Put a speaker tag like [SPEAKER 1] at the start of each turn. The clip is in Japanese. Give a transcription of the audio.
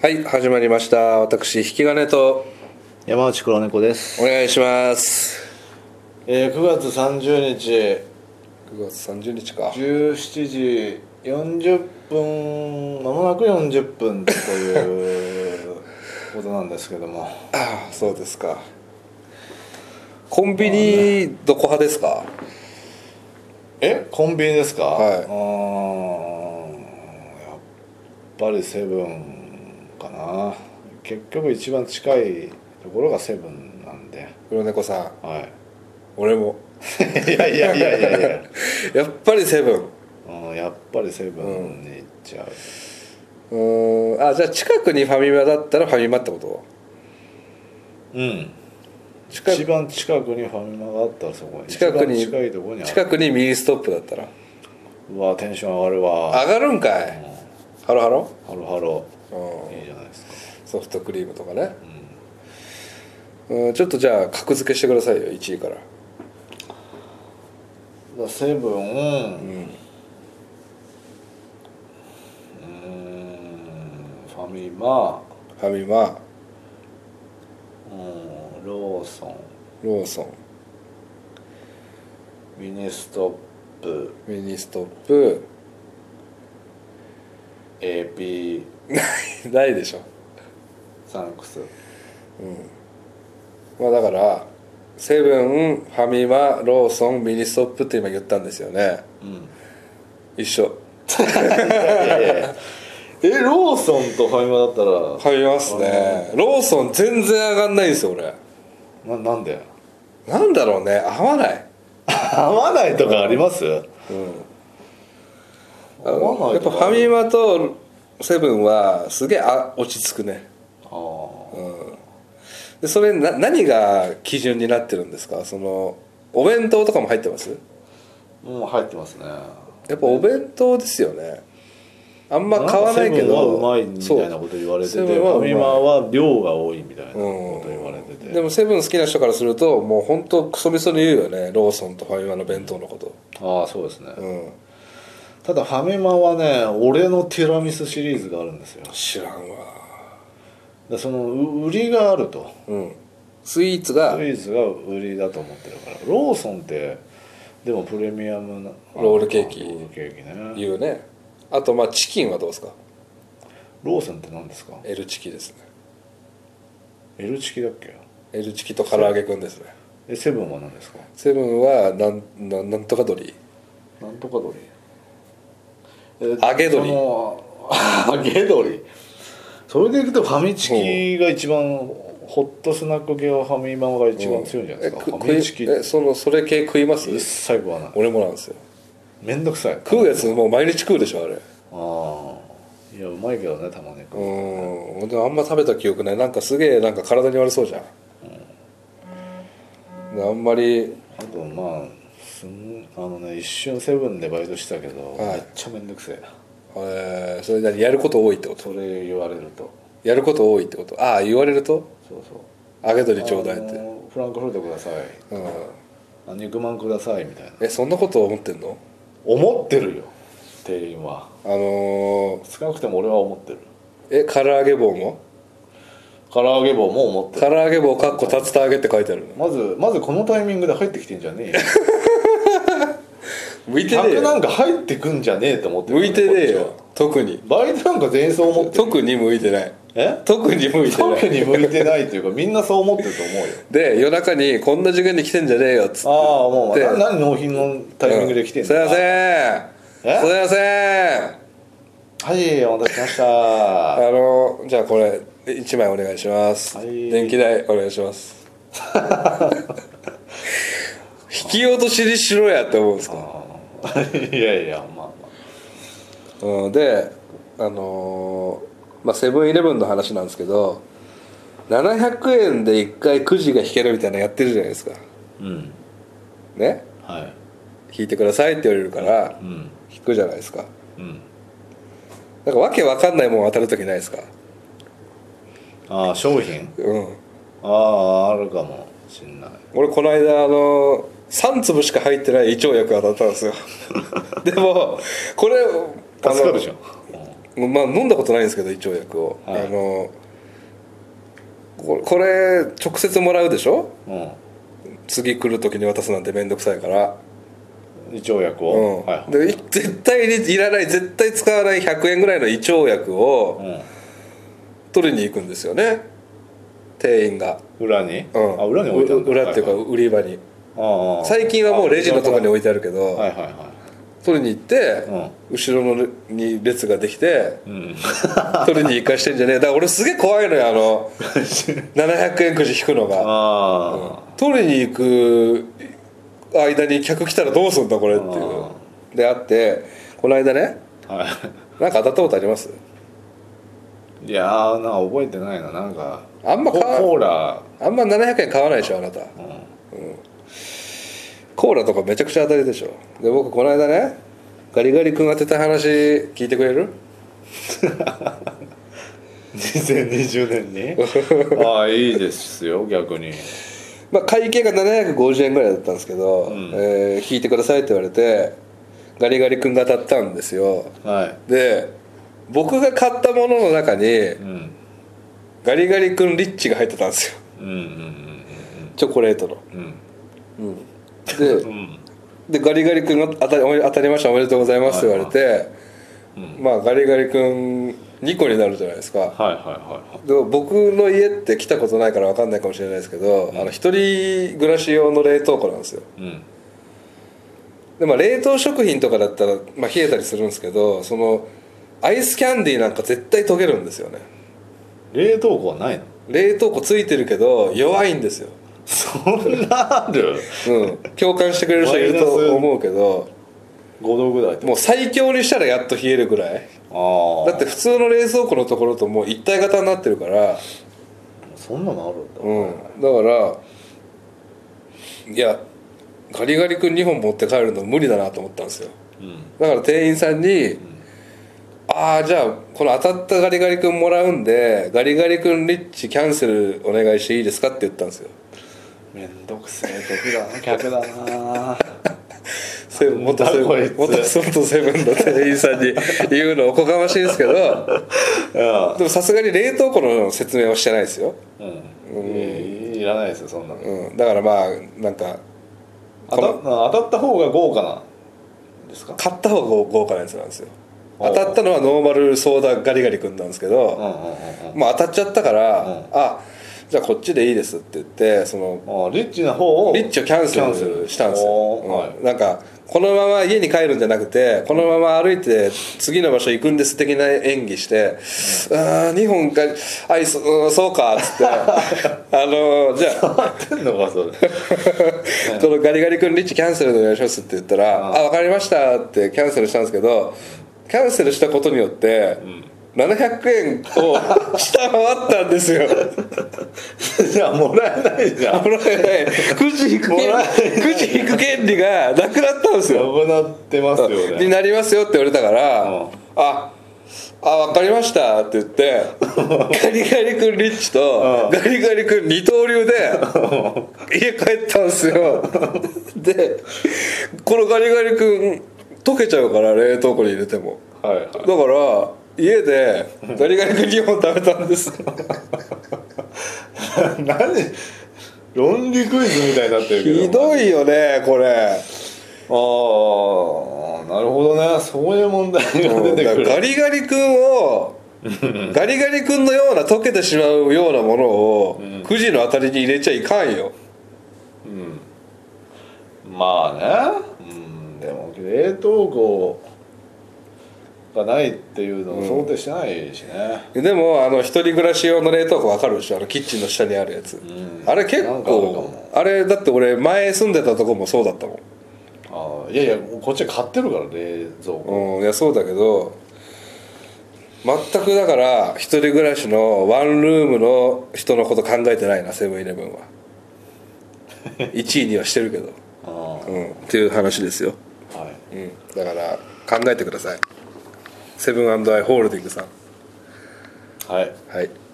[SPEAKER 1] はい始まりました私引き金と
[SPEAKER 2] 山内黒猫です、
[SPEAKER 1] お願いします
[SPEAKER 2] えー、9月30日
[SPEAKER 1] 9月30日か
[SPEAKER 2] 17時40分まもなく40分ということなんですけども
[SPEAKER 1] ああそうですかコンビニどこ派ですか
[SPEAKER 2] えコンビニですか
[SPEAKER 1] はいう
[SPEAKER 2] ーんやっぱりセブンかな結局一番近いところがセブンなんで
[SPEAKER 1] 黒猫さん
[SPEAKER 2] はい
[SPEAKER 1] 俺も
[SPEAKER 2] いやいやいやいやい や
[SPEAKER 1] やっぱりセブン
[SPEAKER 2] うんやっぱりセブンに行っちゃう、
[SPEAKER 1] うーんあじゃあ近くにファミマだったらファミマってこと
[SPEAKER 2] うん
[SPEAKER 1] 近
[SPEAKER 2] 一
[SPEAKER 1] く
[SPEAKER 2] 番近くにファミマがあったらそこに
[SPEAKER 1] 近くに
[SPEAKER 2] 一番近いところにある
[SPEAKER 1] 近くにミニストップだったら
[SPEAKER 2] うわテンション上がるわ
[SPEAKER 1] 上がるんかいハロハロ
[SPEAKER 2] ハロハロ
[SPEAKER 1] うん
[SPEAKER 2] いいじゃないですか
[SPEAKER 1] ソフトクリームとかね、うん、ちょっとじゃあ格付けしてくださいよ1位から
[SPEAKER 2] だからセブンう
[SPEAKER 1] う
[SPEAKER 2] ーん
[SPEAKER 1] ん
[SPEAKER 2] ファミマ
[SPEAKER 1] ファミマ
[SPEAKER 2] うんローソン
[SPEAKER 1] ローソン
[SPEAKER 2] ミニストップ
[SPEAKER 1] ミニストップ
[SPEAKER 2] AP
[SPEAKER 1] ないないでしょ、
[SPEAKER 2] サンクス
[SPEAKER 1] まあ、だからセブンファミマローソンミニストップって今言ったんですよね
[SPEAKER 2] うん
[SPEAKER 1] 一緒
[SPEAKER 2] えローソンとファミマだったら
[SPEAKER 1] ファミマっすねローソン全然上がんないんですよ俺
[SPEAKER 2] ななんで
[SPEAKER 1] なんだろうね合わない
[SPEAKER 2] 合わないとかあります合わな
[SPEAKER 1] や
[SPEAKER 2] い
[SPEAKER 1] っぱ
[SPEAKER 2] と
[SPEAKER 1] フ
[SPEAKER 2] か
[SPEAKER 1] ァミマとセブンはすげえあ落ち着くね
[SPEAKER 2] あー
[SPEAKER 1] でそれな何が基準になってるんですかそのお弁当とかも入ってます
[SPEAKER 2] もう入ってますね
[SPEAKER 1] やっぱお弁当ですよねあんま買わないけど
[SPEAKER 2] んかセブンはうまいみたいなこと言われてて
[SPEAKER 1] そう
[SPEAKER 2] フ
[SPEAKER 1] セブンはう
[SPEAKER 2] ァ
[SPEAKER 1] まい
[SPEAKER 2] ミマは量が多いみたいな
[SPEAKER 1] うん
[SPEAKER 2] こと言われてて、
[SPEAKER 1] でもセブン好きな人からするともう本当クソみそに言うよねローソンとファミマの弁当のこと
[SPEAKER 2] ああそうですね、
[SPEAKER 1] うん
[SPEAKER 2] ただファミマはね俺のティラミスシリーズがあるんですよ
[SPEAKER 1] 知らんわ
[SPEAKER 2] でそのう売りがあると
[SPEAKER 1] うんスイーツ
[SPEAKER 2] ス
[SPEAKER 1] が
[SPEAKER 2] イーツが売りだと思ってるからローソンってでもプレミアムな
[SPEAKER 1] ロールケーキ
[SPEAKER 2] ロールケーキね
[SPEAKER 1] 言うねあとまあチキンはどうですか
[SPEAKER 2] ローソンって何ですか
[SPEAKER 1] L チキですね
[SPEAKER 2] L チキだっけ
[SPEAKER 1] L チキと唐揚げくんですね
[SPEAKER 2] えセブンは何ですか
[SPEAKER 1] セブンはなんなんなんとか鳥
[SPEAKER 2] なんとか鳥えー
[SPEAKER 1] 揚げ鳥
[SPEAKER 2] その 揚げ鳥それでいくとファミチキが一番ホットスナック系はファミマが一番強いんじゃないですか、
[SPEAKER 1] えく
[SPEAKER 2] ファミチキ
[SPEAKER 1] 食いえそのそれ系食います
[SPEAKER 2] 一切食わない
[SPEAKER 1] 俺もなんですよ
[SPEAKER 2] めんどくさい
[SPEAKER 1] 食うやつもう毎日食うでしょあれ
[SPEAKER 2] ああいやうまいけどねたまに食う
[SPEAKER 1] うんでもあんま食べた記憶ないなんかすげえなんか体に悪そうじゃん、であんまり
[SPEAKER 2] あとまあすんあのね一瞬セブンでバイトしてたけど、
[SPEAKER 1] はい
[SPEAKER 2] めっちゃめんどくせえ
[SPEAKER 1] えーそれなりにやること多いってこと
[SPEAKER 2] それ言われると
[SPEAKER 1] やること多いってことああ言われると
[SPEAKER 2] そうそう
[SPEAKER 1] 揚げ鳥ちょうだいって、
[SPEAKER 2] あのフランクフルトください
[SPEAKER 1] うん、
[SPEAKER 2] あ肉まんくださいみたいな
[SPEAKER 1] えそんなこと思ってんの
[SPEAKER 2] 思ってるよ店員は
[SPEAKER 1] あのー、
[SPEAKER 2] 少なくても俺は思ってる
[SPEAKER 1] え唐揚げ棒も
[SPEAKER 2] 唐揚げ棒も思って
[SPEAKER 1] 唐
[SPEAKER 2] る
[SPEAKER 1] 揚げ棒かっこ竜田揚げって書いてあるの
[SPEAKER 2] まずまずこのタイミングで入ってきてんじゃね
[SPEAKER 1] 向い
[SPEAKER 2] え
[SPEAKER 1] て
[SPEAKER 2] よ
[SPEAKER 1] ねえ
[SPEAKER 2] 客な
[SPEAKER 1] よ
[SPEAKER 2] んか入ってくんじゃねえと思ってる
[SPEAKER 1] 向いてねえよ特に
[SPEAKER 2] バイトなんか全員そう思ってる
[SPEAKER 1] 特に向いてない
[SPEAKER 2] え
[SPEAKER 1] 特に向いてな
[SPEAKER 2] 特
[SPEAKER 1] い
[SPEAKER 2] に向いてないというかみんなそう思ってると思うよ
[SPEAKER 1] で夜中にこんな時間に来てんじゃねえよっつって
[SPEAKER 2] ああもう
[SPEAKER 1] で
[SPEAKER 2] な何納品のタイミングで来てん
[SPEAKER 1] すいま
[SPEAKER 2] ん
[SPEAKER 1] せん
[SPEAKER 2] え
[SPEAKER 1] すいません
[SPEAKER 2] はいお待たせしましたは
[SPEAKER 1] あのじゃあこれ1枚お願いします、
[SPEAKER 2] はい
[SPEAKER 1] 電気代お願いします 引き落としにしろやって思うんですか、
[SPEAKER 2] いいやいやまあま
[SPEAKER 1] うん、であのーまあセブンイレブンの話なんですけど700円で1回くじが引けるみたいなのやってるじゃないですか
[SPEAKER 2] あうん
[SPEAKER 1] ね
[SPEAKER 2] はい
[SPEAKER 1] 引いてくださいって言われるから
[SPEAKER 2] うん
[SPEAKER 1] 引くじゃないですか
[SPEAKER 2] うん
[SPEAKER 1] なんかわけわかんないもん当たる時ないですか
[SPEAKER 2] ああ商品
[SPEAKER 1] うん
[SPEAKER 2] あああるかもしんない
[SPEAKER 1] 俺この間あの3粒しか入って ない胃腸薬当たったんですよでもこれあの
[SPEAKER 2] 助かるじゃん、
[SPEAKER 1] まあ飲んだことないんですけど胃腸薬を、
[SPEAKER 2] はい
[SPEAKER 1] あのこれこれ直接もらうでしょ
[SPEAKER 2] うん
[SPEAKER 1] 次来る時に渡すなんて面倒くさいから、
[SPEAKER 2] 胃腸薬
[SPEAKER 1] う
[SPEAKER 2] を、
[SPEAKER 1] ん
[SPEAKER 2] はいはい
[SPEAKER 1] でい絶対にいらない絶対使わない100円ぐらいの胃腸薬を取りに行くんですよね店員が、
[SPEAKER 2] うん、裏に、
[SPEAKER 1] うん、
[SPEAKER 2] あ裏に置いてあるんだ
[SPEAKER 1] う裏っていうか
[SPEAKER 2] はは
[SPEAKER 1] 売り場に
[SPEAKER 2] ああ
[SPEAKER 1] 最近はもうレジのとこに置いてあるけど、
[SPEAKER 2] はいはいは
[SPEAKER 1] 取りに行って、
[SPEAKER 2] う
[SPEAKER 1] 後ろのれに列ができて
[SPEAKER 2] い、うん、
[SPEAKER 1] 取りに行かしてんじゃねえだから俺すげえ怖いのよあの700円くじ引くのが
[SPEAKER 2] あ
[SPEAKER 1] 取りに行く間に客来たらどうすんだこれっていう
[SPEAKER 2] あ
[SPEAKER 1] であってこの間ね
[SPEAKER 2] あは
[SPEAKER 1] なんか当たったことあります
[SPEAKER 2] いいやーなんか覚えてないななんか
[SPEAKER 1] あんま
[SPEAKER 2] コ
[SPEAKER 1] 買わ
[SPEAKER 2] コーラ、
[SPEAKER 1] あんま700円買わないでしょあなた
[SPEAKER 2] うん、
[SPEAKER 1] コーラとかめちゃくちゃ当たりでしょで僕この間ねガリガリ君当てた話聞いてくれる
[SPEAKER 2] 2020年にああいいですよ逆に
[SPEAKER 1] まあ、会計が750円ぐらいだったんですけど、
[SPEAKER 2] ん
[SPEAKER 1] えー引いてくださいって言われてガリガリ君が当たったんですよ
[SPEAKER 2] は
[SPEAKER 1] で僕が買ったものの中に
[SPEAKER 2] い、うん、
[SPEAKER 1] ガリガリ君リッチが入ってたんですよ
[SPEAKER 2] うんうん
[SPEAKER 1] チョコレートの、
[SPEAKER 2] うんうん
[SPEAKER 1] で
[SPEAKER 2] うんうん
[SPEAKER 1] でガリガリ君が当たりおめ当たりましたおめでとうございますって言われて、まあガリガリ君2個になるじゃないですか
[SPEAKER 2] はいはいはいはい
[SPEAKER 1] でも僕の家って来たことないから分かんないかもしれないですけど、あの一人暮らし用の冷凍庫なんですよ
[SPEAKER 2] うん
[SPEAKER 1] でまあ冷凍食品とかだったら、まあ、冷えたりするんですけどそのアイスキャンディーなんか絶対溶けるんですよね
[SPEAKER 2] 冷凍庫はないの
[SPEAKER 1] 冷凍庫ついてるけど弱いんですよ、
[SPEAKER 2] そんなある
[SPEAKER 1] うん、共感してくれる人いると思うけど
[SPEAKER 2] 5度ぐらいって
[SPEAKER 1] もう最強にしたらやっと冷えるぐらい
[SPEAKER 2] ああ
[SPEAKER 1] だって普通の冷蔵庫のところともう一体型になってるから
[SPEAKER 2] そんなのあるんだ、
[SPEAKER 1] うんだからいやガリガリ君2本持って帰るの無理だなと思ったんですよ
[SPEAKER 2] うん
[SPEAKER 1] だから店員さんに「ああじゃあこの当たったガリガリ君もらうんでガリガリ君リッチキャンセルお願いしていいですか?」って言ったんですよ
[SPEAKER 2] めんどくせえ時だな客だな
[SPEAKER 1] セブン元セ
[SPEAKER 2] こ
[SPEAKER 1] ブ
[SPEAKER 2] い
[SPEAKER 1] ン
[SPEAKER 2] つ
[SPEAKER 1] 元セブンの店員さんに言うのおこがましいんですけどでもさすがに冷凍庫の説明はしてないですよ、
[SPEAKER 2] うん、うん、いいらないですよそんなの
[SPEAKER 1] うん、だからまあなんか
[SPEAKER 2] 当た当たった方が豪華なんですか
[SPEAKER 1] 買った方が豪華なやつなんですよ
[SPEAKER 2] お
[SPEAKER 1] 当たったのはノーマルソーダガリガリ君なんですけど、
[SPEAKER 2] うんうんうんうん
[SPEAKER 1] まあ当たっちゃったから、
[SPEAKER 2] うん
[SPEAKER 1] あじゃあこっちでいいですって言ってその
[SPEAKER 2] あーリッチな方を
[SPEAKER 1] リッチをキャンセ
[SPEAKER 2] キ
[SPEAKER 1] ルしたんですよ、
[SPEAKER 2] おー
[SPEAKER 1] うん
[SPEAKER 2] はい
[SPEAKER 1] なんかこのまま家に帰るんじゃなくてこのまま歩いて次の場所行くんです的な演技して「ああ2本かあいそうんそうか」っつ って「あのじゃあ
[SPEAKER 2] 合ってんのかそれ
[SPEAKER 1] そのガリガリ君リッチキャンセルでお願いしますって言ったら「
[SPEAKER 2] あ
[SPEAKER 1] あわかりました」ってキャンセルしたんですけどキャンセルしたことによって、700円を下回ったんですよ。
[SPEAKER 2] じゃあもらえないじゃん
[SPEAKER 1] 危ない危ないくじ引く権
[SPEAKER 2] もら
[SPEAKER 1] 利くじ引く権利がなくなったんですよ。
[SPEAKER 2] 危なってますよ
[SPEAKER 1] に
[SPEAKER 2] ね
[SPEAKER 1] なりますよって言われたから
[SPEAKER 2] うん
[SPEAKER 1] 「ああ分かりました」って言 ってガリガリ君リッチと
[SPEAKER 2] うん
[SPEAKER 1] ガリガリ君二刀流で家帰ったんです よでこのガリガリ君溶けちゃうから冷凍庫に入れても
[SPEAKER 2] はいはい
[SPEAKER 1] だから家でガリガリ君2本食べたんです
[SPEAKER 2] 何論理クイズみたいになってるけど
[SPEAKER 1] ひどいよねこれ
[SPEAKER 2] ああなるほどねそういう問題が出て
[SPEAKER 1] だ
[SPEAKER 2] く
[SPEAKER 1] からガ
[SPEAKER 2] る
[SPEAKER 1] リガリ君をガリガリ君のような溶けてしまうようなものを
[SPEAKER 2] うん
[SPEAKER 1] くじの当たりに入れちゃいかんよ
[SPEAKER 2] まあねうんでも冷凍庫がないっていうのを想定してないしね、
[SPEAKER 1] でもあの一人暮らし用の冷凍庫わかるでしょあのキッチンの下にあるやつ、
[SPEAKER 2] ん
[SPEAKER 1] あれ結
[SPEAKER 2] なんかあるか
[SPEAKER 1] 構
[SPEAKER 2] も
[SPEAKER 1] あれだって俺前住んでたとこもそうだったも
[SPEAKER 2] ああいやいやこっちは買ってるから冷蔵庫
[SPEAKER 1] ん、うん、いやそうだけど全くだから一人暮らしのワンルームの人のこと考えてないなセブンイレブン は1位にはしてるけど、
[SPEAKER 2] ああ
[SPEAKER 1] うん、っていう話ですよ
[SPEAKER 2] はい
[SPEAKER 1] うん、だから考えてくださいセブンアイ・ホールディングさん
[SPEAKER 2] はい
[SPEAKER 1] はい